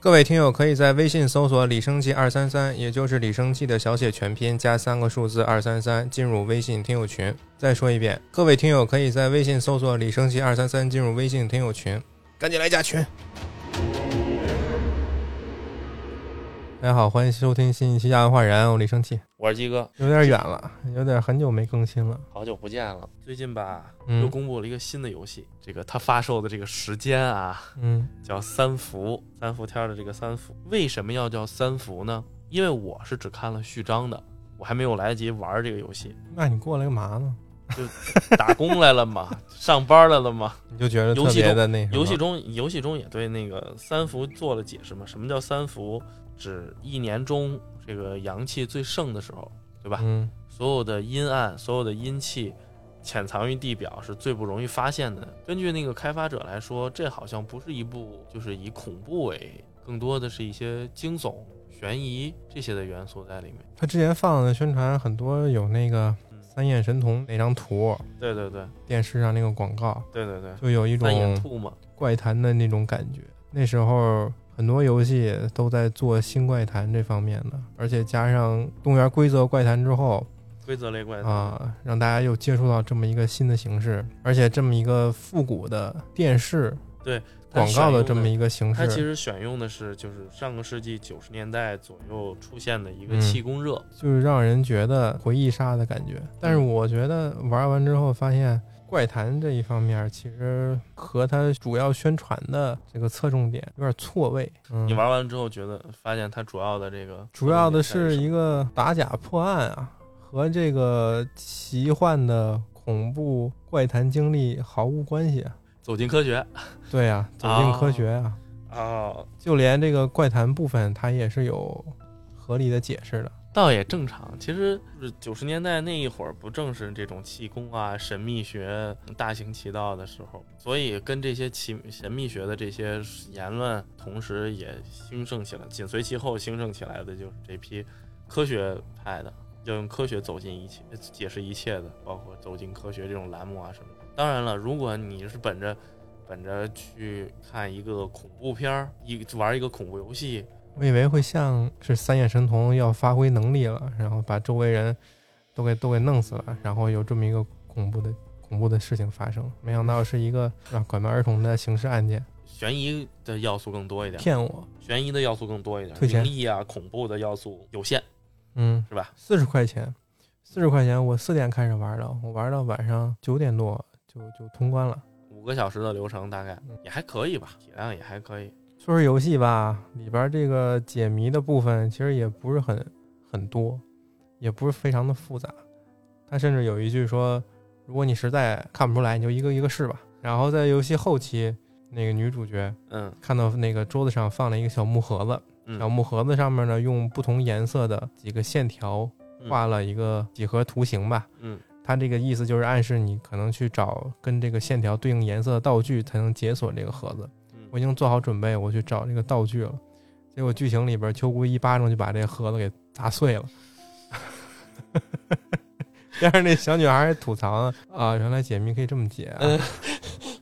各位听友可以在微信搜索“李生记二三三”，也就是李生记的小写全拼加三个数字二三三，进入微信听友群。再说一遍，各位听友可以在微信搜索“李生记二三三”，进入微信听友群，赶紧来加群。大家好，欢迎收听新一期《亚文化人》，我李生气，我是鸡哥，有点远了，有点很久没更新了。好久不见了。最近吧，嗯又公布了一个新的游戏，这个它发售的这个时间啊，嗯叫三伏，三伏天儿的这个三伏，为什么要叫三伏呢？因为我是只看了序章的，我还没有来得及玩这个游戏，那你过来干嘛呢？打工来了嘛，上班来了嘛。你就觉得游特戏别中的那什么游戏中，游戏中也对那个三伏做了解释嘛。什么叫三伏？指一年中这个阳气最盛的时候，对吧？嗯所有的阴暗，所有的阴气潜藏于地表是最不容易发现的。根据那个开发者来说，这好像不是一部就是以恐怖为，更多的是一些惊悚、悬疑这些的元素在里面。他之前放的宣传很多有那个嗯三眼神童那张图，对对对电视上那个广告，对对对，就有一嗯三眼种兔嘛，怪谈的那种感觉。那时候很多游戏都在做新怪谈这方面的，而且加上动物园规则怪谈之后规则类怪谈。啊，让大家又接触到这么一个新的形式，而且这么一个复古的电视它广告的选用这么一个形它其式，实选用的是就是上个世纪九十年代左右出现的一个嗯气功热，就是让人觉得回忆杀的感觉。但是我觉得玩完之后发现。怪谈这一方面，其实和它主要宣传的这个侧重点有点错位。嗯、你玩完之后觉得发现它主要的这个主要的重点是在于一个打假破案啊，和这个奇幻的恐怖怪谈经历毫无关系啊。走进科学对啊，走进科学啊，哦，就连这个怪谈部分，它也是有合理的解释的。倒也正常。其实就是九十年代那一会儿，不正是这种气功啊、神秘学大行其道的时候，所以跟这些奇神秘学的这些言论，同时也兴盛起来。紧随其后兴盛起来的就是这批科学派的，要用科学走进一切、解释一切的，包括走进科学这种栏目啊什么的。当然了，如果你是本着本着去看一个恐怖片儿，一玩一个恐怖游戏，我以为会像是三眼神童要发挥能力了，然后把周围人都给都给弄死了，然后有这么一个恐怖的恐怖的事情发生，没想到是一个啊拐卖儿童的刑事案件，悬疑的要素更多一点，骗我。悬疑的要素更多一点，退钱灵异啊、恐怖的要素有限，嗯，是吧？四十块钱，四十块钱，我四点开始玩的，我玩到晚上九点多就就通关了。五个小时的流程大概嗯也还可以吧，体量也还可以。说是游戏吧，里边这个解谜的部分其实也不是很很多，也不是非常的复杂。它甚至有一句说，如果你实在看不出来，你就一个一个试吧。然后在游戏后期，那个女主角嗯看到那个桌子上放了一个小木盒子，小嗯，木盒子上面呢用不同颜色的几个线条画了一个几何图形吧。嗯它这个意思就是暗示你可能去找跟这个线条对应颜色的道具，才能解锁这个盒子。嗯我已经做好准备，我去找这个道具了。结果剧情里边，秋姑一巴掌就把这盒子给砸碎了。 但是那小女孩还吐槽呢啊，原来解谜可以这么解、啊，嗯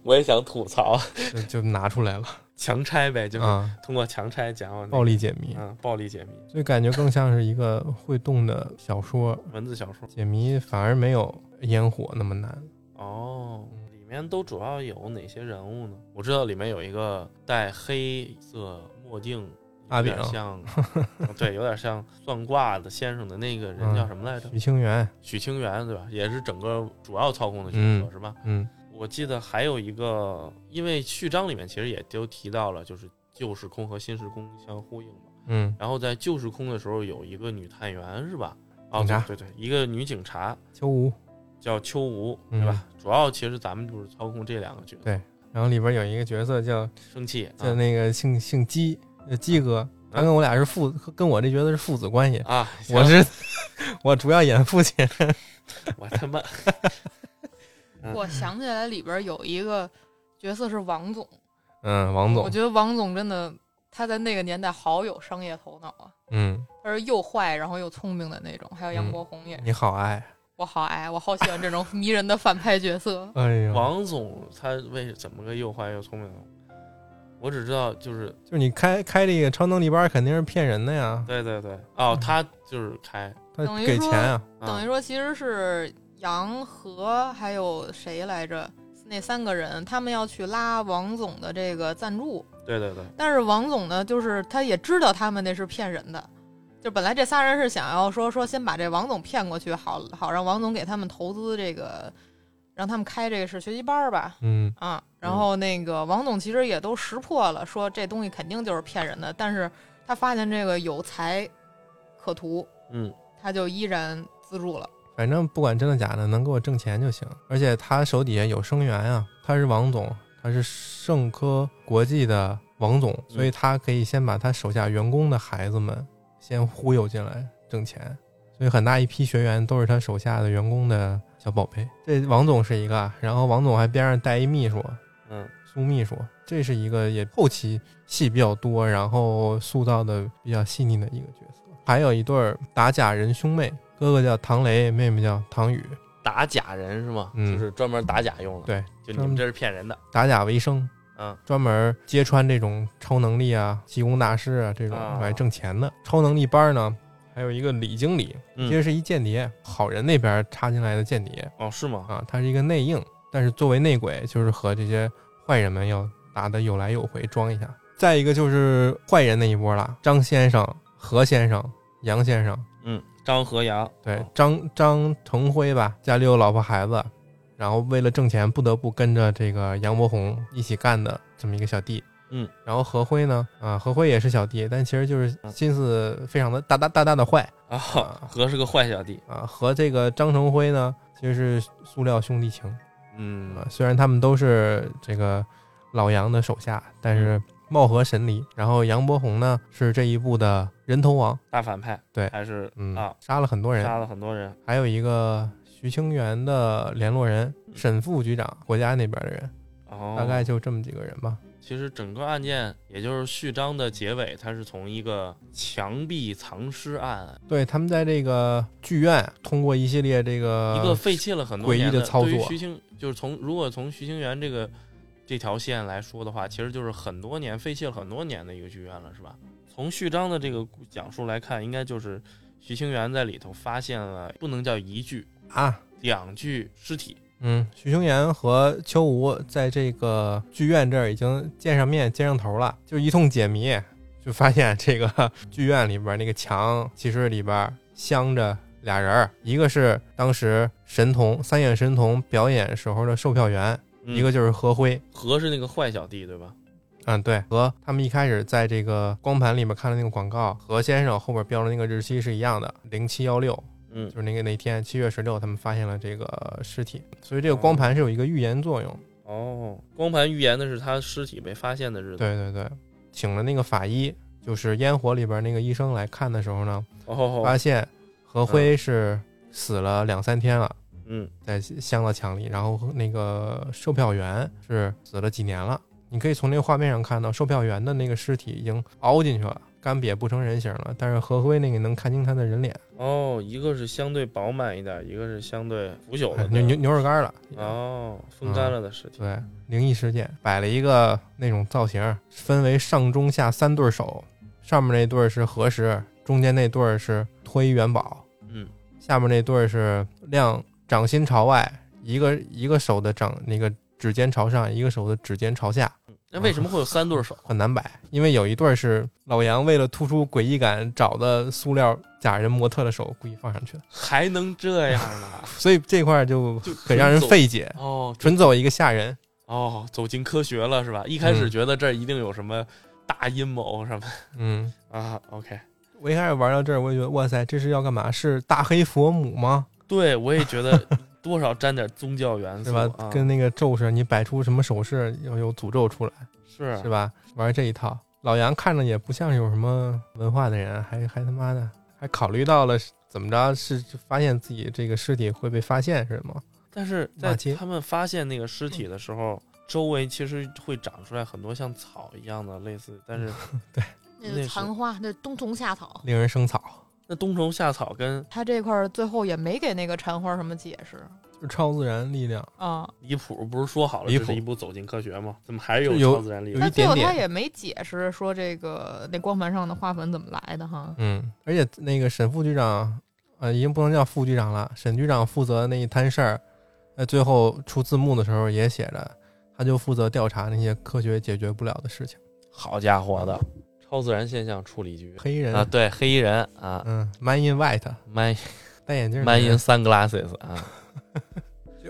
我也想吐槽就就拿出来了强拆呗， 就是啊，通过强拆讲我暴力解谜，嗯暴力解谜，所以感觉更像是一个会动的小说文字小说解谜，反而没有烟火那么难。哦。嗯里面都主要有哪些人物呢？我知道里面有一个戴黑色墨镜，阿有炳点 像，对，有点像算卦的先生的那个人叫什么来着？嗯许清源，许清源对吧？也是整个主要操控的角色、是吧？嗯我记得还有一个，因为序章里面其实也都提到了，就是旧时空和新时空相呼应嘛。嗯，然后在旧时空的时候，有一个女探员是吧？哦，警察对对对，一个女警察秋无。叫秋无，嗯对吧？主要其实咱们就是操控这两个角色，对然后里边有一个角色叫生气叫那个姓姓鸡，呃鸡哥，他啊跟我俩是父，跟我这角色是父子关系。啊， 我行是我主要演父亲，我他 妈嗯我想起来里边有一个角色是王总，嗯，王我总，觉得王总真的他在那个年代好有商业头脑啊，嗯，他是又坏然后又聪明的那种。还有杨国红也是，你好哎爱，我好爱，我好喜欢这种 迷人的反派角色。哎呦，王总他为怎么个又坏又聪明呢？我只知道就是就是你开开这个超能力班肯定是骗人的呀，对对对，嗯哦，他就是开，他等于给说钱啊，啊等于说其实是杨和还有谁来着？那三个人他们要去拉王总的这个赞助，对对对，但是王总呢，就是他也知道他们那是骗人的，就本来这仨人是想要说说先把这王总骗过去，好好让王总给他们投资这个，让他们开这个是学习班儿吧，嗯，啊，然后那个王总其实也都识破了，说这东西肯定就是骗人的，但是他发现这个有财可图，嗯，他就依然资助了。反正不管真的假的，能给我挣钱就行。而且他手底下有生源啊，他是王总，他是盛科国际的王总，所以他可以先把他手下员工的孩子们先忽悠进来挣钱。所以很大一批学员都是他手下的员工的小宝贝。这王总是一个啊，然后王总还边上带一秘书，嗯，苏秘书，这是一个也后期戏比较多，然后塑造的比较细腻的一个角色。还有一对儿打假人兄妹，哥哥叫唐雷，妹妹叫唐雨，打假人是吗？嗯就是专门打假用的，对，就你们这是骗人的，打假为生，嗯，专门揭穿这种超能力啊、气功大师啊这种啊来挣钱的。超能力班儿呢，还有一个李经理，嗯其实是一间谍，好人那边插进来的间谍哦，是吗？啊，他是一个内应，但是作为内鬼，就是和这些坏人们要打得有来有回，装一下。再一个就是坏人那一波了，张先生、何先生、杨先生，嗯，张和阳，对哦，张张成辉吧，家里有老婆孩子，然后为了挣钱不得不跟着这个杨伯宏一起干的这么一个小弟。嗯，然后何辉呢？啊，何辉也是小弟，但其实就是嗯心思非常的大大大大的坏啊，啊和是个坏小弟，啊。和这个张成辉呢，其实是塑料兄弟情嗯啊。虽然他们都是这个老杨的手下，但嗯是貌合神离。然后杨伯宏呢，是这一部的人头王，大反派，对还是嗯，啊，杀了很多人，杀了很多人，还有一个徐清源的联络人沈副局长，国家那边的人，嗯哦，大概就这么几个人吧。其实整个案件，也就是序章的结尾，它是从一个墙壁藏尸案，对他们在这个剧院通过一系列这个一个废弃了很多呃诡异年的操作对于徐清就是从如果从徐清源这个这条线来说的话，其实就是很多年废弃了很多年的一个剧院了，是吧？从序章的这个故讲述来看，应该就是徐清源在里头发现了不能叫一具，啊，两具尸体。嗯，徐清源和秋吴在这个剧院这儿已经见上面、见上头了，就一通解谜，就发现这个 剧院里边那个墙其实里边镶着俩人儿，一个是当时神童三眼神童表演时候的售票员，嗯一个就是何辉。何是那个坏小弟，对吧？嗯，对，和他们一开始在这个光盘里面看的那个广告，何先生后边标的那个日期是一样的，零七幺六，嗯就，是那个那天七月十六，他们发现了这个尸体，所以这个光盘是有一个预言作用。哦，光盘预言的是他尸体被发现的日子。对对对，请了那个法医，就是烟火里边那个医生来看的时候呢，哦，发现何辉是死了两三天了，嗯，在镶到墙里，然后那个售票员是死了几年了。你可以从那个画面上看到，售票员的那个尸体已经凹进去了，干瘪不成人形了。但是何辉那个能看清他的人脸，哦，一个是相对饱满一点，一个是相对腐朽的。牛哎牛牛肉干了。哦，风干了的尸体。对，灵异事件摆了一个那种造型，分为上中下三对手，上面那对是何时，中间那对是脱衣元宝，嗯，下面那对儿是亮掌心朝外，一个一个手的掌那个指尖朝上，一个手的指尖朝下，那为什么会有三对手？很难摆。因为有一对儿是老杨为了突出诡异感找的塑料假人模特的手故意放上去的， 还能这样 呢？所以这块儿就就很让人纯走费解。哦纯走一个吓人，哦，走进科学了是吧？一开始觉得这儿一定有什么大阴谋什么嗯，啊？OK，我一开始玩到这儿，我也觉得哇塞，这是要干嘛？是大黑佛母吗？对我也觉得多少沾点宗教元是素吧？啊，跟那个咒似的，你摆出什么手势，要有诅咒出来。是是吧？玩这一套，老杨看着也不像是有什么文化的人，啊还还他妈的还考虑到了是怎么着是是发现自己这个尸体会被发现是吗？但是骂在街他们发现那个尸体的时候，周围其实会长出来很多像草一样的类似， 但是那那个是残花，那冬虫夏草，令人生草。那冬虫夏草跟他这块儿最后也没给那个缠花什么解释，就是超自然力量。啊，离谱不是说好了离这谱是一部走进科学吗？怎么还有是有超自然力有一量但？最后点他点也没解释说这个那光盘上的花粉怎么来的哈。嗯，而且那个沈副局长，呃，已经不能叫副局长了，沈局长负责那一摊事儿，在最后出字幕的时候也写着，他就负责调查那些科学解决不了的事情。好家伙的，超自然现象处理局黑衣人，啊，对，黑衣人啊嗯，Man in White， ，man 戴眼镜儿 man 那 in 人。 sunglasses 啊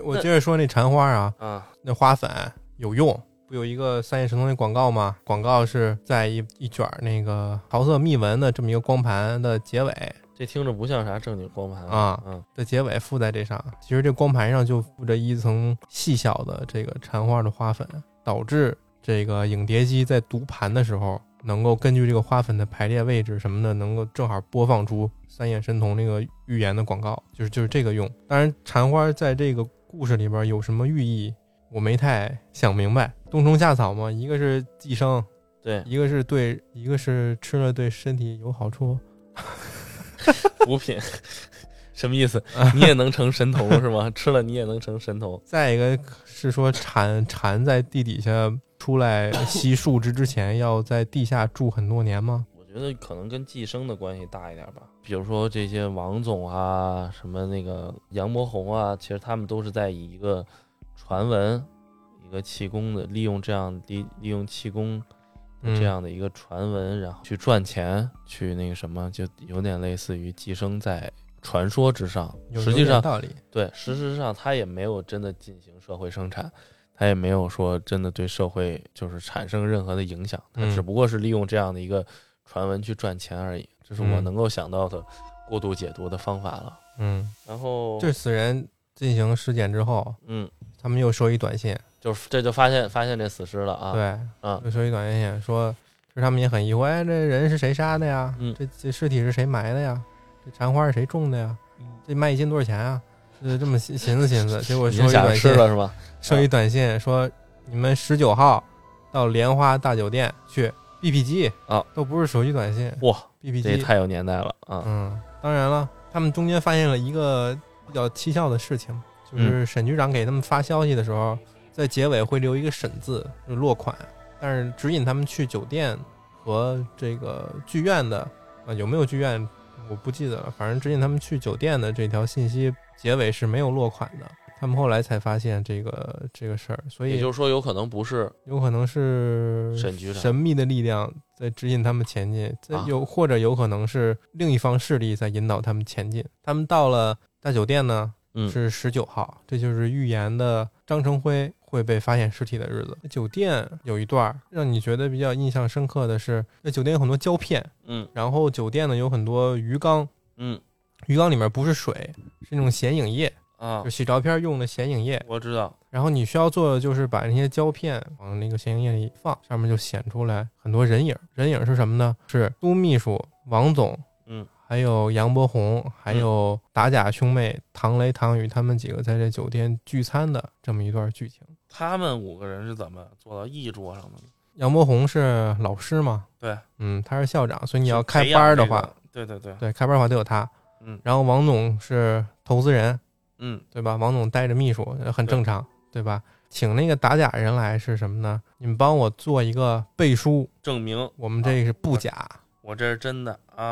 我接着说那缠花啊，啊，那花粉有用。不有一个三叶神通那广告吗？广告是在一一卷儿那个桃色密纹的这么一个光盘的结尾，这听着不像啥正经光盘啊嗯，的结尾附在这上。其实这光盘上就附着一层细小的这个缠花的花粉，导致这个影碟机在读盘的时候，能够根据这个花粉的排列位置什么的，能够正好播放出三眼神童那个预言的广告，就是就是这个用。当然，缠花在这个故事里边有什么寓意，我没太想明白。冬虫夏草嘛，一个是寄生，对，一个是对，一个是吃了对身体有好处。补品 什么 意思？你也能成神童是吗？吃了你也能成神童？再一个是说蝉蝉在地底下出来吸树枝之前，要在地下住很多年吗？我觉得可能跟寄生的关系大一点吧。比如说这些王总啊，什么那个杨伯宏啊，其实他们都是在以一个传闻、一个气功的利用这样利利用气功嗯的这样的一个传闻，然后去赚钱，去那个什么，就有点类似于寄生在传说之上。有实际有点上，道理，对，事实上他也没有真的进行社会生产，他也没有说真的对社会就是产生任何的影响，他嗯只不过是利用这样的一个传闻去赚钱而已。这是我嗯能够想到的过度解读的方法了。嗯，然后，这死人进行尸检之后，嗯，他们又收一短信，就是这就发现发现这死尸了啊。，对，啊又收一短信说，就是他们也很疑惑，哎，这人是谁杀的呀？嗯这这尸体是谁埋的呀？这残花是谁种的呀？嗯这卖一斤多少钱啊？就这么寻寻思寻思，结果你收是一想短吃信，了是吧？收一短信说，你们十九号到莲花大酒店去 B P 机啊，都不是手机短信哇， ，B P 这也机。太有年代了啊！嗯，当然了，他们中间发现了一个比较蹊跷的事情，嗯就是沈局长给他们发消息的时候，在结尾会留一个“沈”字，就是落款，但是指引他们去酒店和这个剧院的啊、有没有剧院我不记得了，反正指引他们去酒店的这条信息结尾是没有落款的。他们后来才发现这个这个事儿，所以也就是说，有可能不是有可能是沈局长神秘的力量在指引他们前进，这啊有或者有可能是另一方势力在引导他们前进。他们到了大酒店呢，嗯是十九号，这就是预言的张成辉会被发现尸体的日子。酒店有一段儿让你觉得比较印象深刻的是，那酒店有很多胶片，嗯然后酒店呢有很多鱼缸，嗯鱼缸里面不是水，是那种显影液，啊就，洗照片用的显影液。我知道，然后你需要做的就是把那些胶片往那个显影液里一放，上面就显出来很多人影儿。人影儿是什么呢？是都秘书王总，嗯，还有杨伯宏，还嗯有打假兄妹唐雷、唐宇他们几个在这酒店聚餐的这么一段剧情。他们五个人是怎么坐到一桌上的呢？杨伯宏是老师嘛？对，嗯，他是校长，所以你要是开培养班儿的这个话，，对对对，对，开班儿的话得有他。嗯然后王总是投资人，嗯对吧？王总带着秘书呃很对正常，对吧？请那个打假人来是什么呢？你们帮我做一个背书，证明我们这个是不假我这是真的啊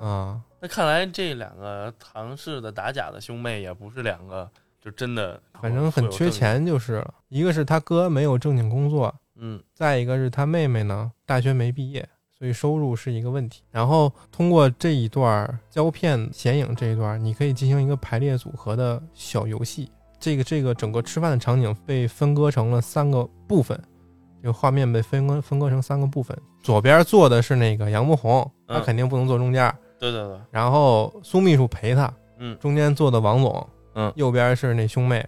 啊。那看来这两个唐氏的打假的兄妹也不是两个，就真的，反正很缺。钱就是了。一个是他哥没有正经工作，嗯再一个是他妹妹呢大学没毕业，所以收入是一个问题。然后通过这一段儿胶片显影这一段儿，你可以进行一个排列组合的小游戏。这个这个整个吃饭的场景被分割成了三个部分，这个画面被分割分割成三个部分。左边坐的是那个杨慕红，他嗯肯定不能坐中间儿。对对对，然后苏秘书陪他，嗯，中间坐的王总，嗯右边是那兄妹，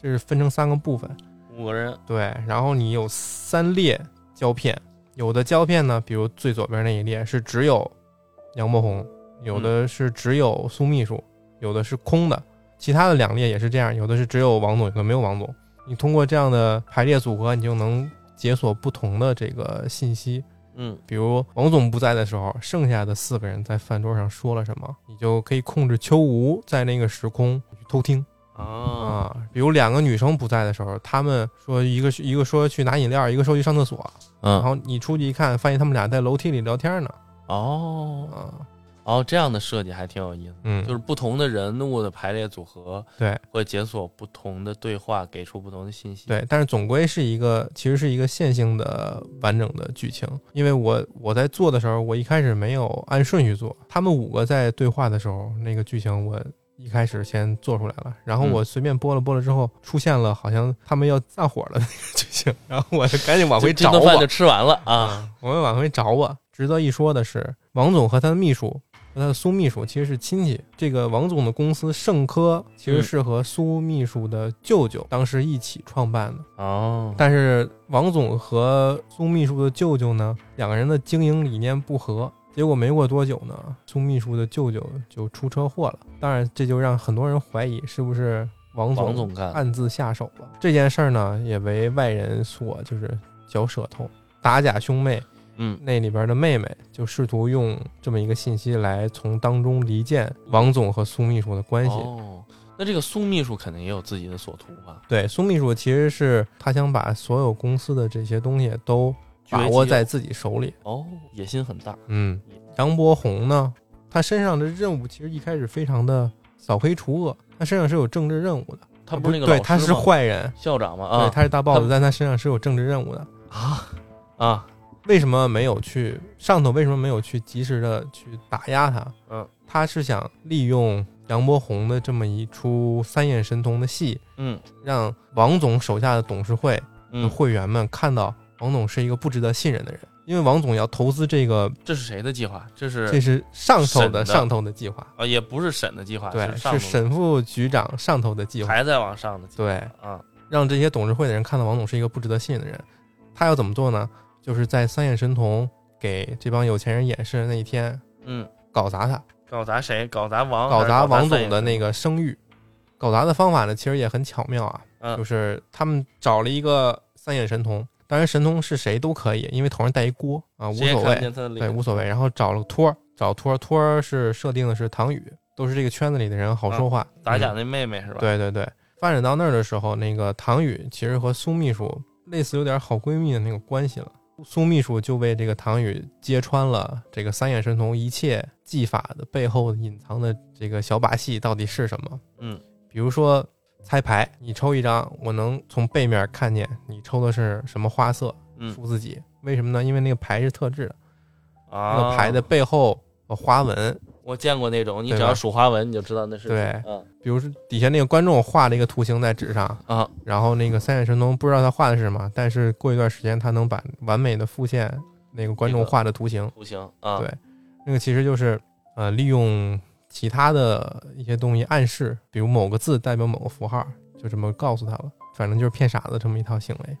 这是分成三个部分。五个人，对，然后你有三列胶片，有的胶片呢，比如最左边那一列是只有杨伯红，有的是只有苏秘书，有的是空的，其他的两列也是这样，有的是只有王总，有的没有王总。你通过这样的排列组合，你就能解锁不同的这个信息。嗯，比如王总不在的时候，剩下的四个人在饭桌上说了什么，你就可以控制秋无在那个时空去偷听啊、啊，啊，比如两个女生不在的时候，他们说一个去一个说去拿饮料，一个说去上厕所，然嗯，后你出去一看，发现他们俩在楼梯里聊天呢。哦啊，哦，这样的设计还挺有意思，嗯，就是不同的人物的排列组合对会解锁不同的对话，给出不同的信息。，对，但是总归是一个，其实是一个线性的完整的剧情。因为我我在做的时候，我一开始没有按顺序做，他们五个在对话的时候，那个剧情我一开始先做出来了，然嗯后我随便播了播了之后，出现了好像他们要散伙了那个剧情，然后我就赶紧往回这找顿饭吧就，吃完了啊。我们往回找我。值得一说的是，王总和他的秘书和他的苏秘书其实是亲戚。这个王总的公司盛科其实是和苏秘书的舅舅当时一起创办的。哦，但是王总和苏秘书的舅舅呢，两个人的经营理念不合，结果没过多久呢，苏秘书的舅舅就出车祸了。当然，这就让很多人怀疑是不是王王总总干暗自下手了。这件事儿呢，也为外人所就是嚼舌头。打假兄妹嗯，那里边的妹妹就试图用这么一个信息来从当中离间王总和苏秘书的关系。哦，那这个苏秘书肯定也有自己的所图吧？对，苏秘书其实是他想把所有公司的这些东西都把握在自己手里。哦，野心很大。嗯，杨伯宏呢，他身上的任务其实一开始非常的扫黑除恶，他身上是有政治任务的。他不是那个老对，师他是吗坏人，校长吗？对，啊，他是大 boss，他但他身上是有政治任务的。啊啊，为什么没有去上头？为什么没有去及时的去打压他？嗯，他是想利用杨伯宏的这么一出三眼神童的戏，嗯让王总手下的董事会的嗯，会员们看到王总是一个不值得信任的人，因为王总要投资这个，这是谁的计划？这是这是上头审的的上头的计划，啊，也不是沈的计划，对，上是头的沈副局长上头的计划，还在往上的计划。对，啊，让这些董事会的人看到王总是一个不值得信任的人。他要怎么做呢？就是在三眼神童给这帮有钱人演示的那一天，嗯，搞砸他。搞砸谁？搞砸王？搞砸王总的个？那个声誉。搞砸的方法呢，其实也很巧妙啊，嗯就是他们找了一个三眼神童，当然神童是谁都可以，因为头上戴一锅啊，无谁也所看不谓，见他的脸对，无所谓。然后找了托儿，找托儿，托儿是设定的是唐宇，都是这个圈子里的人，好说话。打假嗯那妹妹是吧？，对对对，发展到那儿的时候，那个唐宇其实和苏秘书类似有点好闺蜜的那个关系了。苏秘书就为这个唐宇揭穿了这个三眼神童一切技法的背后隐藏的这个小把戏到底是什么。嗯，比如说猜牌，你抽一张，我能从背面看见你抽的是什么花色，嗯数字几？为什么呢？因为那个牌是特制的，那啊，个牌的背后有花纹，我见过那种，你对只吧要数花纹你就知道那是对谁。嗯比如说底下那个观众画了一个图形在纸上，啊，然后那个三眼神童不知道他画的是什么，但是过一段时间他能把完美的复现那个观众画的图形。图形啊，对那个其实就是呃，利用其他的一些东西暗示，比如某个字代表某个符号，就这么告诉他了。反正就是骗傻子这么一套行为。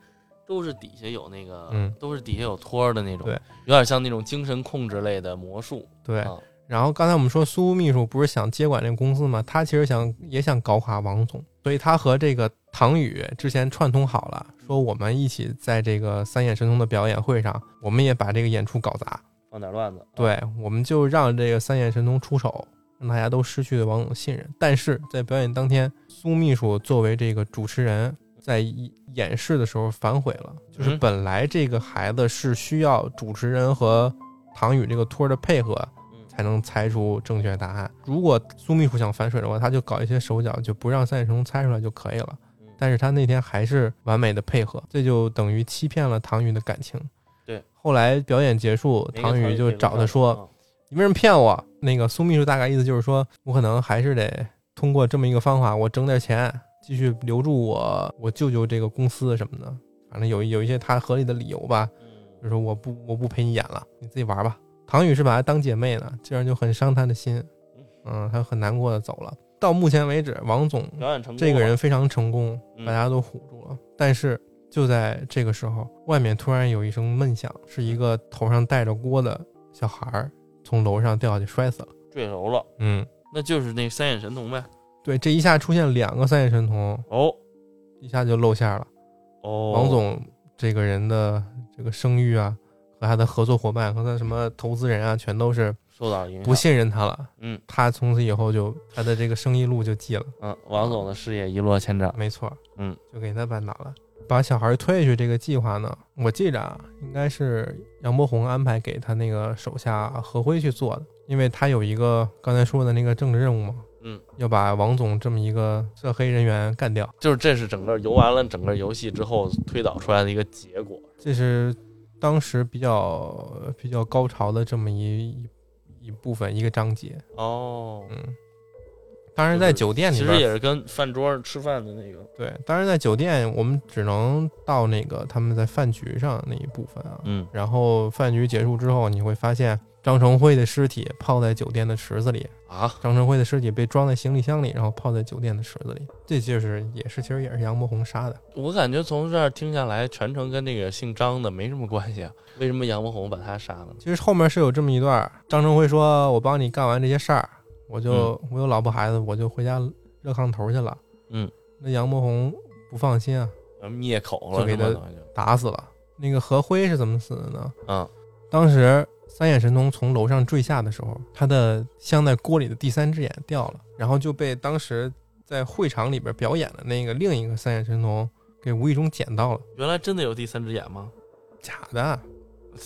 都是底下有那个，嗯都是底下有托儿的那种，对，有点像那种精神控制类的魔术。对啊，然后刚才我们说苏秘书不是想接管这个公司吗？他其实想也想搞垮王总，所以他和这个唐宇之前串通好了，说我们一起在这个三眼神童的表演会上，我们也把这个演出搞砸。放点乱子。啊，对，我们就让这个三眼神童出手，让大家都失去对王总的信任。但是在表演当天，苏秘书作为这个主持人，在一演示的时候反悔了，就是嗯本来这个孩子是需要主持人和唐宇这个托儿的配合嗯才能猜出正确答案。如果苏秘书想反水的话，他就搞一些手脚，就不让三眼神童猜出来就可以了。嗯但是他那天还是完美的配合，这就等于欺骗了唐宇的感情。对，后来表演结束，没给唐宇就给找弄他说：“上，你为什么骗我？那个苏秘书大概意思就是说，我可能还是得通过这么一个方法，我挣点钱，继续留住我我舅舅这个公司什么的。反正有有一些他合理的理由吧，就嗯说我不我不陪你演了，你自己玩吧。唐宇是把她当姐妹呢，这样就很伤她的心，嗯，她很难过的走了。到目前为止，王总啊嗯表演成功这个了人非常成功，嗯大家都唬住了。但是就在这个时候，外面突然有一声闷响，是一个头上戴着锅的小孩儿从楼上掉下去摔死了。坠楼了，嗯，那就是那三眼神童呗。对，这一下出现两个三眼神童，哦一下就露馅了。哦，王总这个人的这个声誉啊，和他的合作伙伴和他什么投资人啊，全都是受到影不响。信任他了，嗯他从此以后就他的这个生意路就记了，嗯，王总的事业一落千丈。没错，嗯，就给他扳倒了。把小孩推下去这个计划呢，我记着啊，应该是杨伯宏安排给他那个手下何辉去做的，因为他有一个刚才说的那个政治任务嘛，嗯，要把王总这么一个涉黑人员干掉，就是这是整个游玩了整个游戏之后推导出来的一个结果。这是当时比较比较高潮的这么一一一部分一个章节，哦，嗯，当然在酒店里其边实也是跟饭桌上吃饭的那个，对，当然在酒店我们只能到那个他们在饭局上那一部分啊。嗯然后饭局结束之后，你会发现张成辉的尸体泡在酒店的池子里，啊，张成辉的尸体被装在行李箱里，然后泡在酒店的池子里。这就是也是其实也是杨伯宏杀的，我感觉从这儿听下来，全程跟那个姓张的没什么关系啊。为什么杨伯宏把他杀了呢？其实后面是有这么一段儿，张成辉说：“我帮你干完这些事儿，我就、我有老婆孩子，我就回家热炕头去了。”嗯，那杨伯宏不放心啊，呃灭口就了给是他吗？等于就打死了。那个何辉是怎么死的呢？嗯，当时三眼神童从楼上坠下的时候，他的镶在锅里的第三只眼掉了，然后就被当时在会场里边表演的那个另一个三眼神童给无意中捡到了，原来真的有第三只眼吗？假的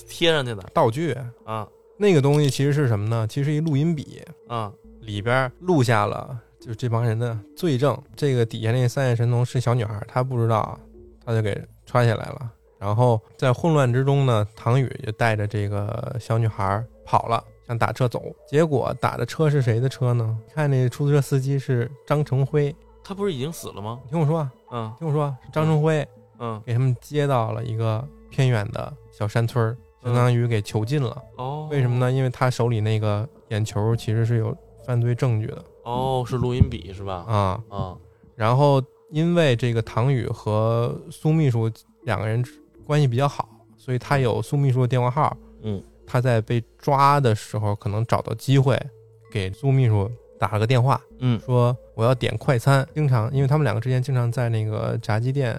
贴上去的道具。啊那个东西其实是什么呢？其实一录音笔，啊里边录下了就是这帮人的罪证。这个底下那个三眼神童是小女孩，她不知道，她就给揣起来了。然后在混乱之中呢，唐宇就带着这个小女孩跑了，想打车走。结果打的车是谁的车呢？看那出租车司机是张成辉。他不是已经死了吗？你听我说啊，嗯听我说啊，是张成辉嗯给他们接到了一个偏远的小山村儿，相当于给囚禁了。哦，为什么？呢？因为他手里那个眼球其实是有犯罪证据的哦，是录音笔是吧？啊。啊然后因为这个唐宇和苏秘书两个人关系比较好，所以他有苏秘书的电话号。嗯，他在被抓的时候可能找到机会，给苏秘书打了个电话，嗯说我要点快餐。经常因为他们两个之间经常在那个炸鸡店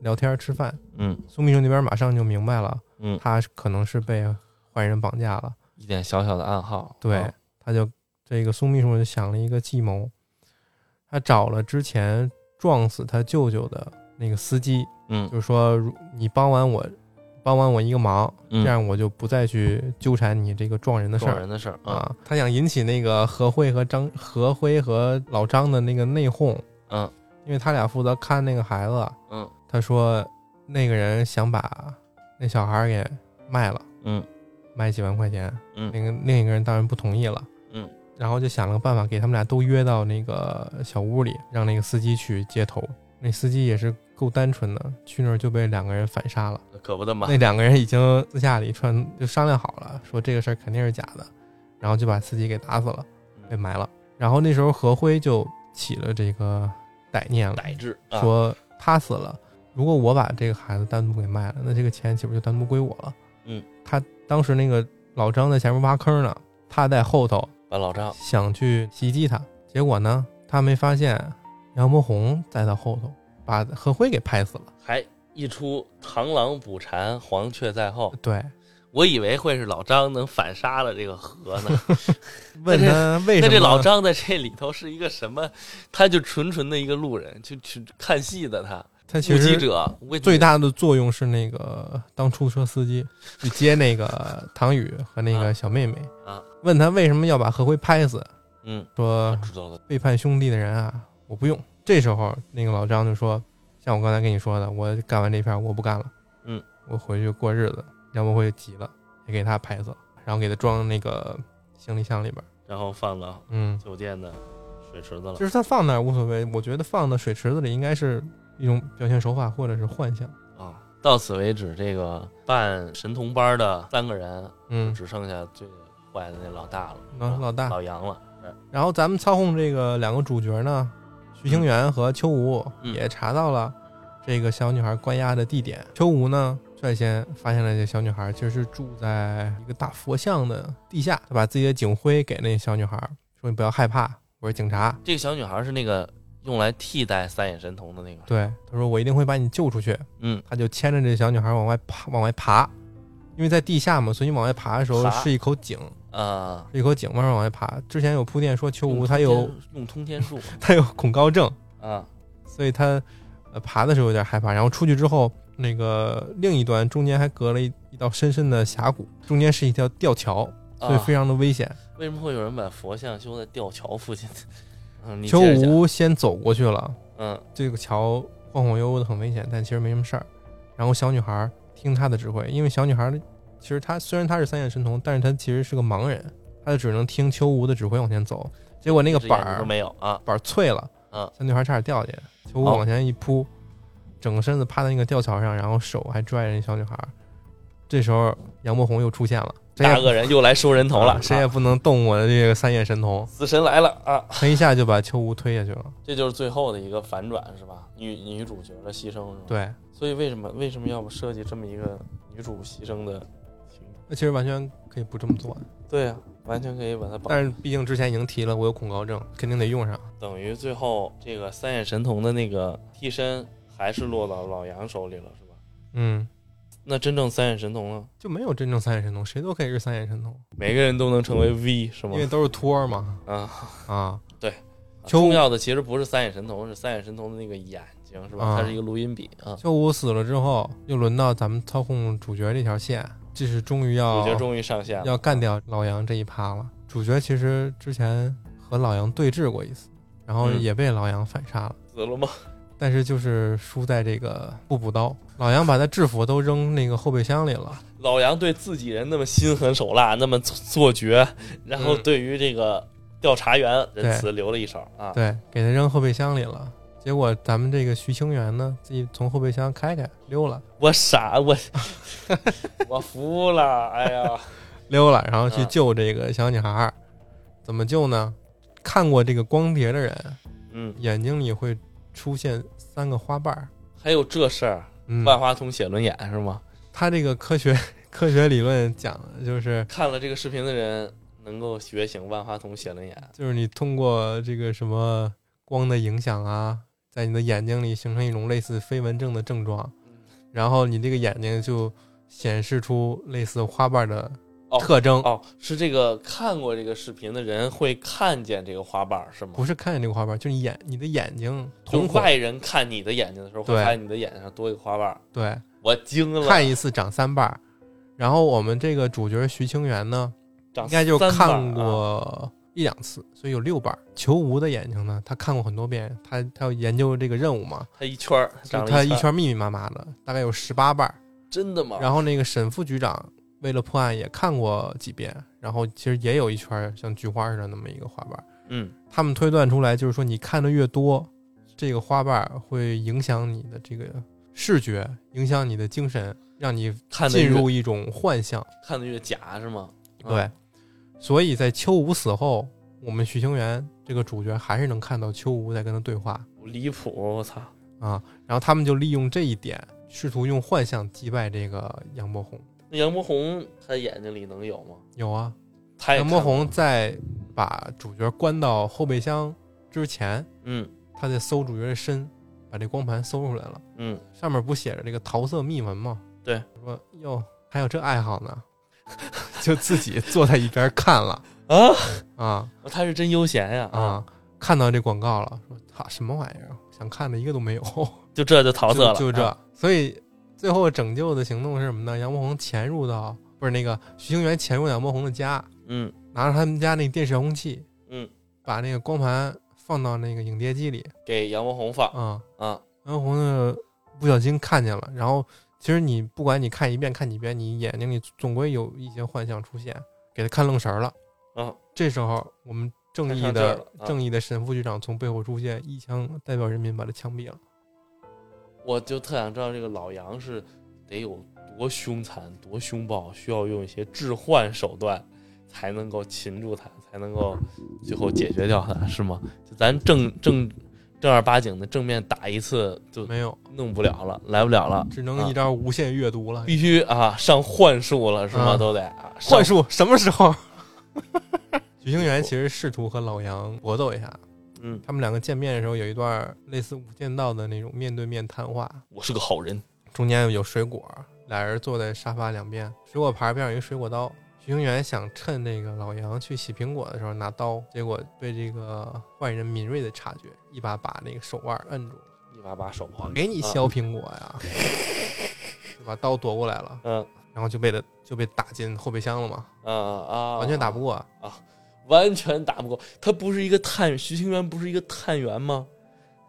聊天吃饭，嗯苏秘书那边马上就明白了，嗯，他可能是被坏人绑架了。一点小小的暗号。对啊，他就这个苏秘书就想了一个计谋，他找了之前撞死他舅舅的那个司机，嗯就说如你帮完我，帮完我一个忙，嗯，这样我就不再去纠缠你这个撞人的事撞儿人的事儿啊，啊。他想引起那个何慧和张何辉和老张的那个内讧，嗯因为他俩负责看那个孩子。嗯他说那个人想把那小孩儿给卖了，嗯卖几万块钱，嗯那个另一个人当然不同意了。嗯，然后就想了个办法，给他们俩都约到那个小屋里，让那个司机去接头。那司机也是够单纯的，去那儿就被两个人反杀了。可不的嘛那。两个人已经私下里串就商量好了，说这个事儿肯定是假的，然后就把司机给打死了，被嗯埋了。然后那时候何辉就起了这个歹念了，歹志啊，说他死了，如果我把这个孩子单独给卖了，那这个钱岂不是就单独归我了？嗯，他当时那个老张在前面挖坑呢，他在后头把老张想去袭击他，结果呢，他没发现杨伯宏在他后头，把何辉给拍死了。还一出螳螂捕蝉，黄雀在后。对，我以为会是老张能反杀了这个河 呢，问那这他为什那么这老张在这里头是一个什么？他就纯纯的一个路人，就去看戏的他，他其目击实者。为最大的作用是那个当出租车司机去接那个唐宇和那个小妹妹啊，问他为什么要把何辉拍死，嗯，说我知道的，背叛兄弟的人啊，我不用。这时候那个老张就说：“像我刚才跟你说的，我干完这片儿我不干了，嗯，我回去过日子。”杨伯辉急了，也给他拍死了，然后给他装那个行李箱里边儿。然后放到嗯，酒店的水池子了就。是他放那儿无所谓，我觉得放到水池子里应该是一种表现手法或者是幻想。啊，到此为止，这个办神童班的三个人嗯，只剩下最坏的那老大了，啊老大老杨了。是然后咱们操控这个两个主角呢，徐清源和秋吴嗯也查到了这个小女孩关押的地点。秋吴呢，率先发现了这小女孩其实是住在一个大佛像的地下，他把自己的警徽给那小女孩，说你不要害怕，我是警察。嗯这个小女孩是那个用来替代三眼神童的那个，对，他说我一定会把你救出去。嗯，他就牵着这小女孩往外爬，往外爬，因为在地下嘛，所以你往外爬的时候爬是一口井，啊，一口井慢慢往外爬。之前有嗯铺垫说秋用吴通他有天用通天术他有恐高症，啊，所以他呃爬的时候有点害怕。然后出去之后，那个另一端中间还隔了一一道深深的峡谷，中间是一条吊桥，所以啊非常的危险。为什么会有人把佛像修在吊桥附 近？嗯，你秋接着讲吴先走过去了，嗯这个桥晃晃悠悠的很危险，但其实没什么事儿。然后小女孩儿听她的指挥，因为小女孩儿其实她虽然她是三眼神童，但是她其实是个盲人，她就只能听秋吴的指挥往前走。结果那个一只板眼睛儿都没有啊，板儿脆了，嗯，小女孩差点掉下去。秋吴哦往前一扑，整个身子趴在那个吊桥上，然后手还拽着那小女孩儿。这时候杨伯红又出现了，谁大也恶人又来收人头了，谁啊也不能动我的这个三眼神 童，死神来了啊！他一下就把秋吴推下去了。这就是最后的一个反转是吧？女女主角的牺牲是吧？。对，所以为什么为什么要设计这么一个女主牺牲的情节？那其实完全可以不这么做。对啊，完全可以把它保但是毕竟之前已经提了，我有恐高症，肯定得用上。等于最后这个三眼神童的那个替身还是落到老杨手里了，是吧？嗯，那真正三眼神童呢？就没有真正三眼神童，谁都可以是三眼神童，每个人都能成为 V 是吗因？为都是托儿嘛。啊，啊，秋重要的其实不是三眼神童，是三眼神童的那个眼睛是吧？啊它是一个录音笔啊。秋武死了之后，又轮到咱们操控主角这条线，这是终于主要角终于上线了，哦要干掉老杨这一趴了。主角其实之前和老杨对峙过一次，然后嗯也被老杨反杀了，死了吗？但是就是输在这个步步刀，老杨把他制服都扔那个后备箱里了。老杨对自己人那么心狠手辣，那么做做绝，然后嗯对于这个调查员仁对慈留了一手啊。对，给他扔后备箱里了。结果咱们这个徐清源呢，自己从后备箱开开溜了，我傻， 我我服了，哎呀， 溜了，然后去嗯救这个小女孩儿。怎么救呢？看过这个光碟的人，嗯，眼睛里会出现三个花瓣儿。还有这事儿，嗯，万花筒写轮眼是吗？他这个科学 科学理论讲的就是，看了这个视频的人能够觉醒万花筒写轮眼，就是你通过这个什么光的影响啊，在你的眼睛里形成一种类似飞蚊症的症状，然后你这个眼睛就显示出类似花瓣的哦特征。哦，是这个看过这个视频的人会看见这个花瓣儿是吗？不是看见这个花瓣，就是你眼你的眼睛瞳从孔外人看你的眼睛的时候，会对发现你的眼睛上多一个花瓣儿，对，我惊了，看一次长三瓣儿。然后我们这个主角徐清源呢，长应该就啊三瓣儿看啊过一两次，所以有六瓣儿。求无的眼睛呢，他看过很多遍，他他要研究这个任务嘛，他一圈儿，所长以了他圈哦一儿，圈儿密密麻麻的，大概有十八瓣儿。真的吗？然后那个沈副局长为了破案也看过几遍，然后其实也有一圈儿像菊花似的那么一个花瓣儿。嗯，他们推断出来就是说，你看的越多，这个花瓣儿会影响你的这个视觉，影响你的精神，让你看的进越入一种幻象。看的越假是吗？啊对，，所以在秋无死后，我们徐清源这个主角还是能看到秋无在跟他对话离谱，我操！啊。然后他们就利用这一点，试图用幻象击败这个杨伯红。那杨伯红他眼睛里能有吗？有啊，他也杨伯哎看过，红在把主角关到后备箱之前，嗯他在搜主角的身，把这光盘搜出来了。嗯，上面不写着这个桃色秘闻吗？对，说哟，还有这爱好呢， 就自己坐在一边看了啊，啊他是真悠闲呀啊！看到这广告了，说操什么玩意儿，啊想看的一个都没有，就这就桃色了，就就这。啊所以最后拯救的行动是什么呢？杨伯红潜入到不是那个徐清源潜入杨伯红的家，嗯拿着他们家那电视遥控器，嗯，把那个光盘放到那个影碟机里给杨伯红放啊。啊，然后呢，不小心看见了，然后其实你不管你看一遍看几遍，你眼睛里总归有一些幻象出现，给他看愣神儿了。嗯，这时候我们正义看上劲儿的、了啊正义的沈副局长从背后出现，一枪代表人民把他枪毙了。我就特想知道这个老杨是得有多凶残、多凶暴，需要用一些置换手段才能够擒住他，才能够最后解决掉他，是吗？就咱正正正儿八经的正面打一次就没有，弄不了了，来不了了，只能一招无限阅读了。必须啊上幻术了是吗？啊都得啊上幻术什么时候？ 许清源其实试图和老杨搏斗一下，嗯，他们两个见面的时候有一段类似《无间道》的那种面对面谈话，我是个好人。中间有水果，俩人坐在沙发两边，水果盘边上有一个水果刀。徐永远想趁那个老杨去洗苹果的时候拿刀，结果被这个坏人敏锐的察觉，一把把那个手腕摁住了。一把把手我啊，给你削苹果 呀，就把刀夺过来了，嗯然后就被他就被打进后备箱了嘛，啊啊，完全打不过。完全打不过。他不是一个探，徐清源不是一个探员吗？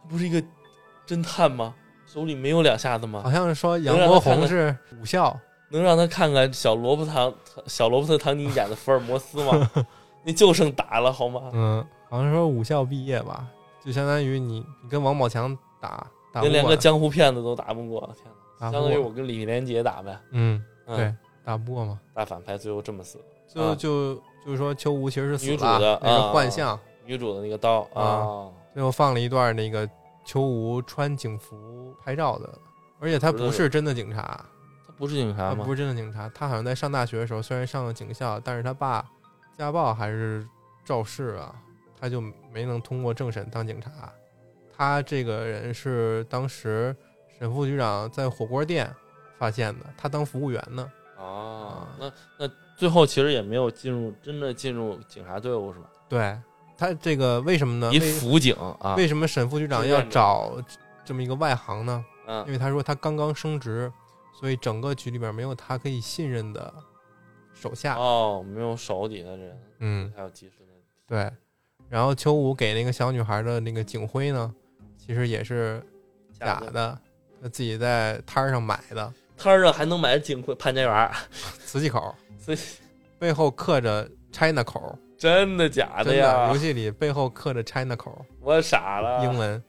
他不是一个侦探吗？手里没有两下子吗？好像是说杨国红是武校，能让他看看小罗伯唐小罗伯特唐尼演的福尔摩斯吗？ 那就剩打了好吗？嗯，好像说武校毕业吧，就相当于你你跟王宝强打打那不连过个，江湖骗子都打不过，天打哪！不相当于过我跟李连杰打呗。嗯，嗯、对，打不过嘛，大反派最后这么死了。就啊就就是说秋无其实是死女主了的，那啊个幻象，女主的那个刀啊，最后放了一段那个秋无穿警服拍照的，而且他不是真的警察。他不是警他察吗呃不？是真的警察，他好像在上大学的时候，虽然上了警校，但是他爸家暴还是肇事啊，他就没能通过政审当警察。他这个人是当时沈副局长在火锅店发现的，他当服务员呢。啊，那那最后其实也没有进入真的进入警察队伍是吧？对他这个为什么呢？一为辅警啊，为什么沈副局长志要愿者找这么一个外行呢？因嗯为他说他刚刚升职，所以整个局里边没有他可以信任的手下。哦，没有手底的人，嗯，还有及时的对，然后秋武给那个小女孩的那个警徽呢，其实也是假架子的，他自己在摊儿上买的，摊儿上还能买警徽潘家园儿， 瓷器口，所以背后刻着 China 口，真的假真的，呀游？戏里背后刻着 China 口，我傻了，英文，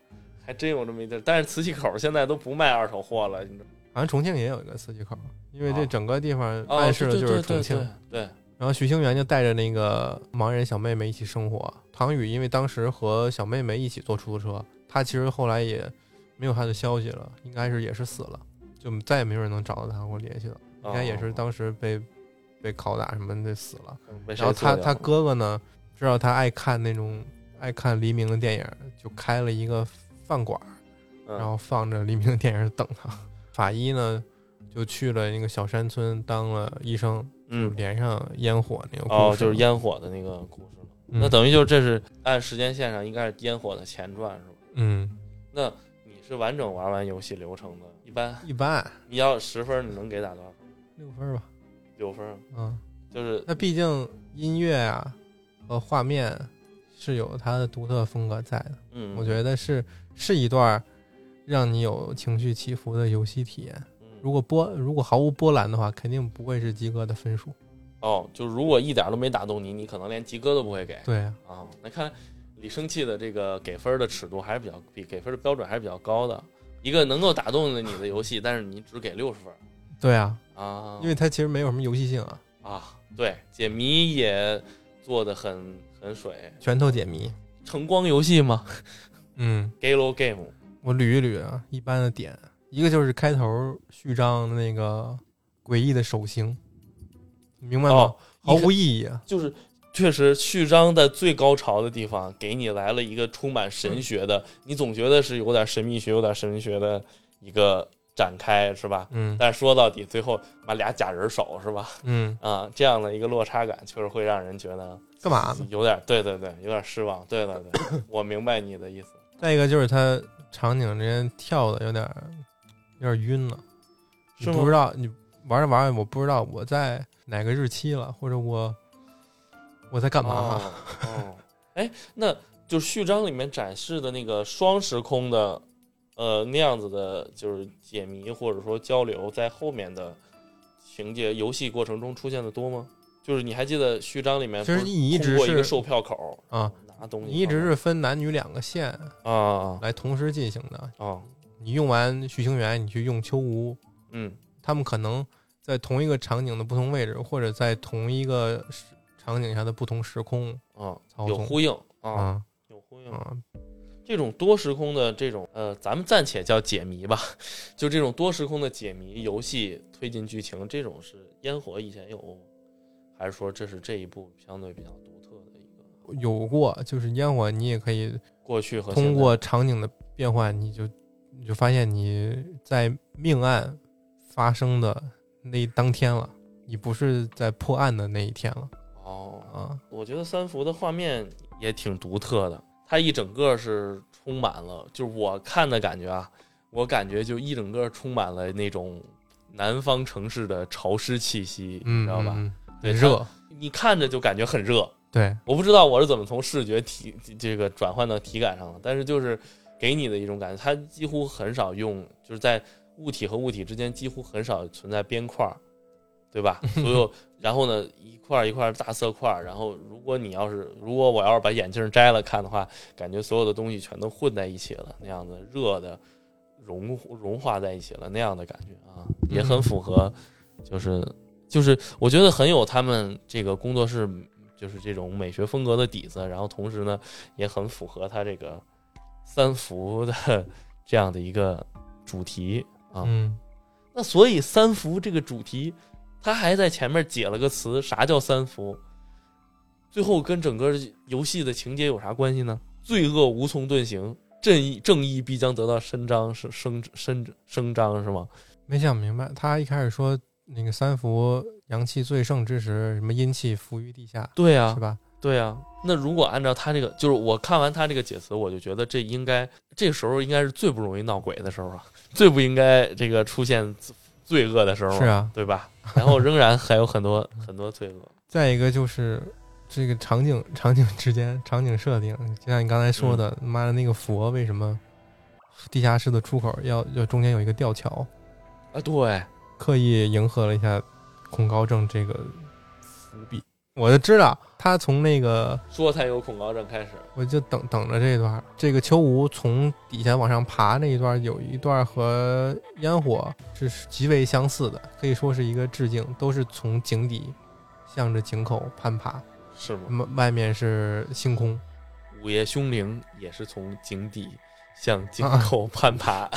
还真有这么一地儿。但是瓷器口现在都不卖二手货了，你知道吗？好像重庆也有一个瓷器口，因为哦这整个地方哦暗示的嗯就是对对重庆。对对，对然后徐清源就带着那个盲人小妹妹一起生活。唐宇因为当时和小妹妹一起坐出租车，他其实后来也没有他的消息了，应该是也是死了，就再也没有人能找到他或联系了。哦应该也是当时被被拷打什么的死了。被谁然后他做掉他了哥哥呢，知道他爱看那种爱看黎明的电影，就开了一个饭馆，嗯然后放着黎明的电影等他。法医呢，就去了那个小山村当了医生，就嗯连上烟火那个故事了。哦，就是烟火的那个故事了。嗯那等于就是这是按时间线上应该是烟火的前传是吧？嗯，那你是完整玩完游戏流程的，一般一般啊你要十分，你能给打多少分？六分吧。六分，嗯，就是那毕竟音乐啊和画面是有它的独特风格在的，嗯，我觉得是是一段让你有情绪起伏的游戏体验。嗯如果波如果毫无波澜的话，肯定不会是及格的分数。哦，就如果一点都没打动你，你可能连及格都不会给对啊，啊。那看来李生气的这个给分的尺度还是比较比给分的标准还是比较高的。一个能够打动你的游戏，但是你只给六十分对啊，啊，因为它其实没有什么游戏性啊，啊，对，解谜也做的很很水，拳头解谜。晨光游戏嘛嗯， ，Galo Game 我捋一捋啊，一般的点，一个就是开头序章的那个诡异的手型，你明白吗？哦毫无意义啊。就是确实序章在最高潮的地方给你来了一个充满神学的，你总觉得是有点神秘学、有点神学的一个展开，是吧？嗯 但说到底，最后妈俩假人手是吧？嗯，啊，这样的一个落差感，确实会让人觉得干嘛呢？有点，对对对，有点失望。对对对，我明白你的意思。再一个就是它场景之间跳的有点儿有点晕了，你是吗不知道你玩着玩着，我不知道我在哪个日期了，或者我我在干嘛、哦哦，哎，那就是序章里面展示的那个双时空的，呃，那样子的，就是解谜或者说交流，在后面的情节游戏过程中出现的多吗？就是你还记得序章里面其实不你一通直过一个是售票口啊，拿东西，你一直是分男女两个线啊啊来同时进行的。啊啊，你用完徐清源，你去用秋无，嗯他们可能在同一个场景的不同位置，或者在同一个时场景下的不同时空啊，操有纵呼应啊，啊有呼应。啊，这种多时空的这种呃，咱们暂且叫解谜吧， 就这种多时空的解谜游戏推进剧情，这种是烟火以前有吗，还是说这是这一部相对比较独特的一个有过就是烟火，你也可以过去和现在通过场景的变换，你就你就发现你在命案发生的那当天了，已不是在破案的那一天了哦，啊。我觉得三伏的画面也挺独特的，它一整个是充满了，就是我看的感觉啊，我感觉就一整个充满了那种南方城市的潮湿气息，嗯，你知道吧？嗯？嗯对很热，你看着就感觉很热，对，我不知道我是怎么从视觉体这个转换到体感上了，但是就是给你的一种感觉，它几乎很少用，就是在物体和物体之间几乎很少存在边块儿，对吧？所有然后呢一块儿一块儿大色块儿，然后如果你要是如果我要是把眼镜摘了看的话，感觉所有的东西全都混在一起了，那样子热的融融化在一起了那样的感觉啊，也很符合，就是就是我觉得很有他们这个工作室就是这种美学风格的底子，然后同时呢也很符合他这个三伏的 这样的一个主题啊。嗯，那所以三伏这个主题，他还在前面解了个词，啥叫三伏？最后跟整个游戏的情节有啥关系呢？罪恶无从遁形，正义正义必将得到伸张，是伸伸伸张是吗？没想明白。他一开始说那个三伏阳气最盛之时，什么阴气伏于地下，对啊是，吧？对啊，那如果按照他这个，就是我看完他这个解词，我就觉得这应该这时候应该是最不容易闹鬼的时候啊， 最不应该这个出现罪罪恶的时候、是，啊。对吧？然后仍然还有很多很多罪恶，再一个就是这个场景场景之间场景设定，就像你刚才说的，妈的那个佛为什么地下室的出口要要中间有一个吊桥，啊，对，刻意迎合了一下恐高症这个伏笔。我就知道他从那个，说才有恐高症开始，我就等等着这一段。这个秋无从底下往上爬那一段，有一段和烟火是极为相似的，可以说是一个致敬，都是从井底向着井口攀爬。是吗？外外面是星空，午夜凶铃也是从井底向井啊口攀爬，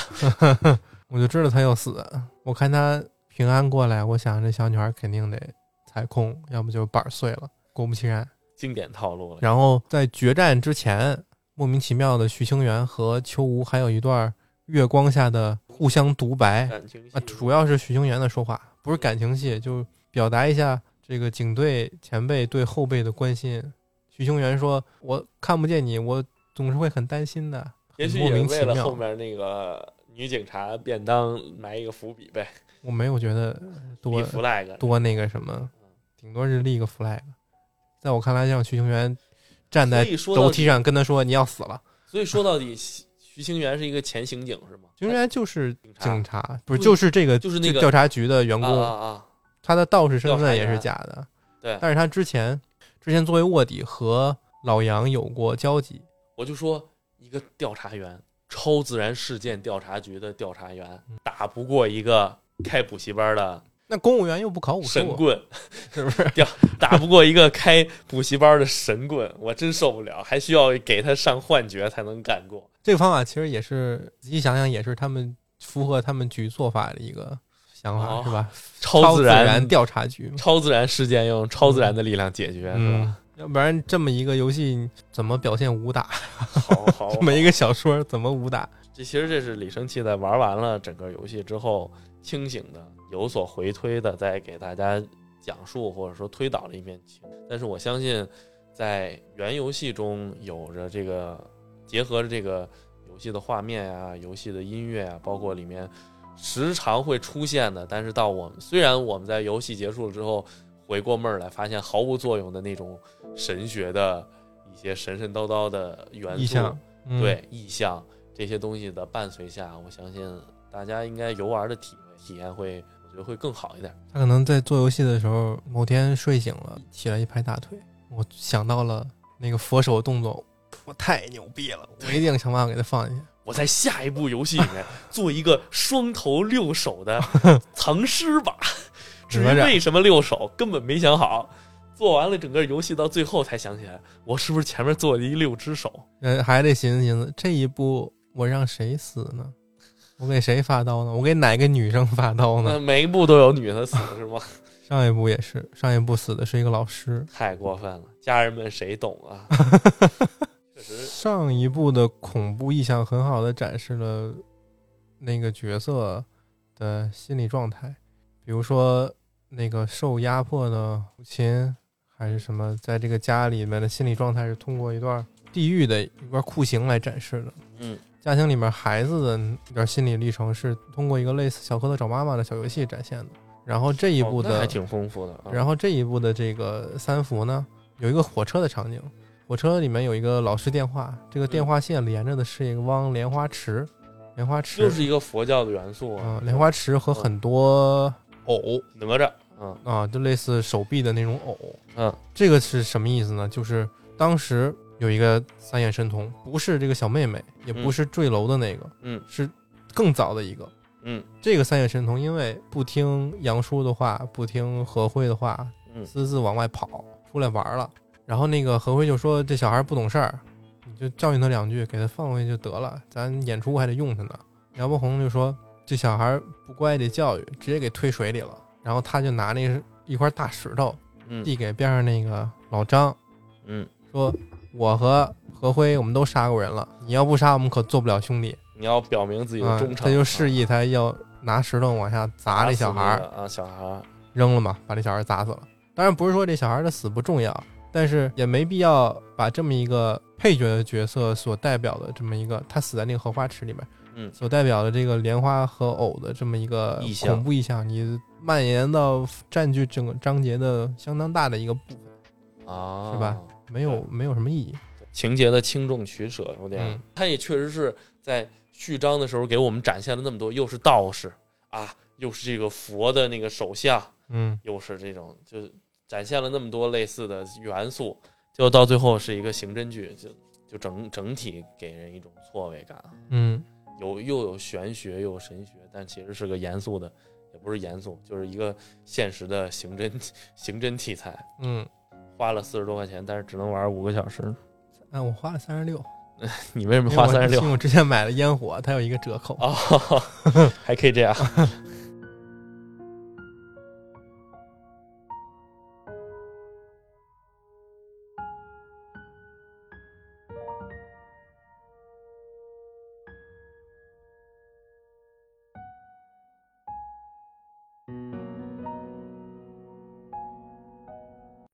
我就知道他要死。我看他平安过来，我想这小女孩肯定得踩空，要不就板儿碎了。果不其然，经典套路了。然后在决战之前，莫名其妙的徐清源和秋无还有一段月光下的互相独白感情戏啊，主要是徐清源的说话，不是感情戏，就表达一下这个警队前辈对后辈的关心。徐清源说：“我看不见你，我总是会很担心的。”也许莫也名其为了妙后面那个女警察便当埋一个伏笔呗，我没有觉得立多 flag。多那个什么，顶多是立个 flag。在我看来，像徐清源站在所以说到楼底哎梯上跟他说：“你要死了。所以说到底，徐徐清源是一个前刑警是吗”？哎徐清源就是警察警察，不是对就是这个就是那个调查局的员啊啊工，啊！他的道士身调查份也是员假的。对但是他之前之前作为卧底和老杨有过交集，我就说一个调查员，超自然事件调查局的调查员，嗯打不过一个开补习班的那公务员又不考武神术，棍，是不是？ 打不过一个开补习班的神棍，我真受不了，还需要给他上幻觉才能干过。这个方法其实也是仔细想想，也是他们符合他们局做法的一个想法，哦是吧？超自自然调查局嘛。超自然事件用超自然的力量解决，是嗯吧？，要不然这么一个游戏怎么表现武打？好好， 这么一个小说怎么武打？这其实这是李生气在玩完了整个游戏之后清醒的、有所回推的，再给大家讲述或者说推导了一遍情。但是我相信，在原游戏中有着这个结合着这个游戏的画面啊、游戏的音乐啊，包括里面时常会出现的，但是到我们虽然我们在游戏结束了之后回过味儿来，发现毫无作用的那种神学的一些神神叨叨的元素，意象，嗯，对意象这些东西的伴随下，我相信大家应该游玩的体体验会，我觉得会更好一点。他可能在做游戏的时候，某天睡醒了，起来一拍大腿，我想到了那个佛手动作，我太牛逼了，我一定想办法给他放进去。我在下一部游戏里面 做一个双头六手的藏尸 吧。至于哪吒为什么六手，根本没想好。做完了整个游戏到最后才想起来，我是不是前面做了一六只手？呃，还得寻思寻思，这一步我让谁死呢？我给谁发刀呢？我给哪个女生发刀那呢？每一步都有女的死是吗？ 上一步也是，上一步死的是一个老师，太过分了，家人们谁懂 啊？确实，上一部的恐怖意象很好的展示了那个角色的心理状态，比如说那个受压迫的父亲还是什么，在这个家里面的心理状态是通过一段地狱的一段酷刑来展示的。嗯，家庭里面孩子的一段心理历程是通过一个类似《小蝌蚪找妈妈》的小游戏展现的。然后这一部哦那的、还挺丰富的啊。然后这一部的这个三伏呢，有一个火车的场景，火车里面有一个老式电话，这个电话线连着的是一汪莲花池，莲花池又是一个佛教的元素啊、啊，莲花池和很多藕哦哪吒，嗯啊，就类似手臂的那种藕。嗯这个是什么意思呢？就是当时有一个三眼神童，不是这个小妹妹，也不是坠楼的那个，嗯是更早的一个。嗯这个三眼神童因为不听杨叔的话，不听何慧的话，嗯私自往外跑，出来玩了。然后那个何辉就说：“这小孩不懂事儿，你就教训他两句，给他放回去就得了。咱演出还得用他呢。”苗博红就说：“这小孩不乖得教育，直接给推水里了。”然后他就拿那个一块大石头嗯递给边上那个老张，嗯，说：“我和何辉我们都杀过人了，你要不杀我们可做不了兄弟。你要表明自己啊的”忠诚，他就示意他要拿石头往下砸那死小孩那儿个。啊，小孩儿，扔了嘛，把这小孩砸死了。当然不是说这小孩的死不重要，但是也没必要把这么一个配角的角色所代表的这么一个他死在那个荷花池里面，嗯所代表的这个莲花和藕的这么一个意象恐怖意象，你蔓延到占据整个章节的相当大的一个部分，啊，是吧？没有没有什么意义。情节的轻重取舍有点，嗯他也确实是在序章的时候给我们展现了那么多，又是道士啊，又是这个佛的那个手相，嗯，又是这种，就是展现了那么多类似的元素，就到最后是一个刑侦剧，就就整整体给人一种错位感，啊嗯，有又有玄学又有神学，但其实是个严肃的，也不是严肃，就是一个现实的刑侦 刑侦题材。嗯，花了四十多块钱，但是只能玩五个小时。 哎，我花了三十六，你为什么花三十六因为？我之前买了烟火，它有一个折扣。哦， 还可以这样。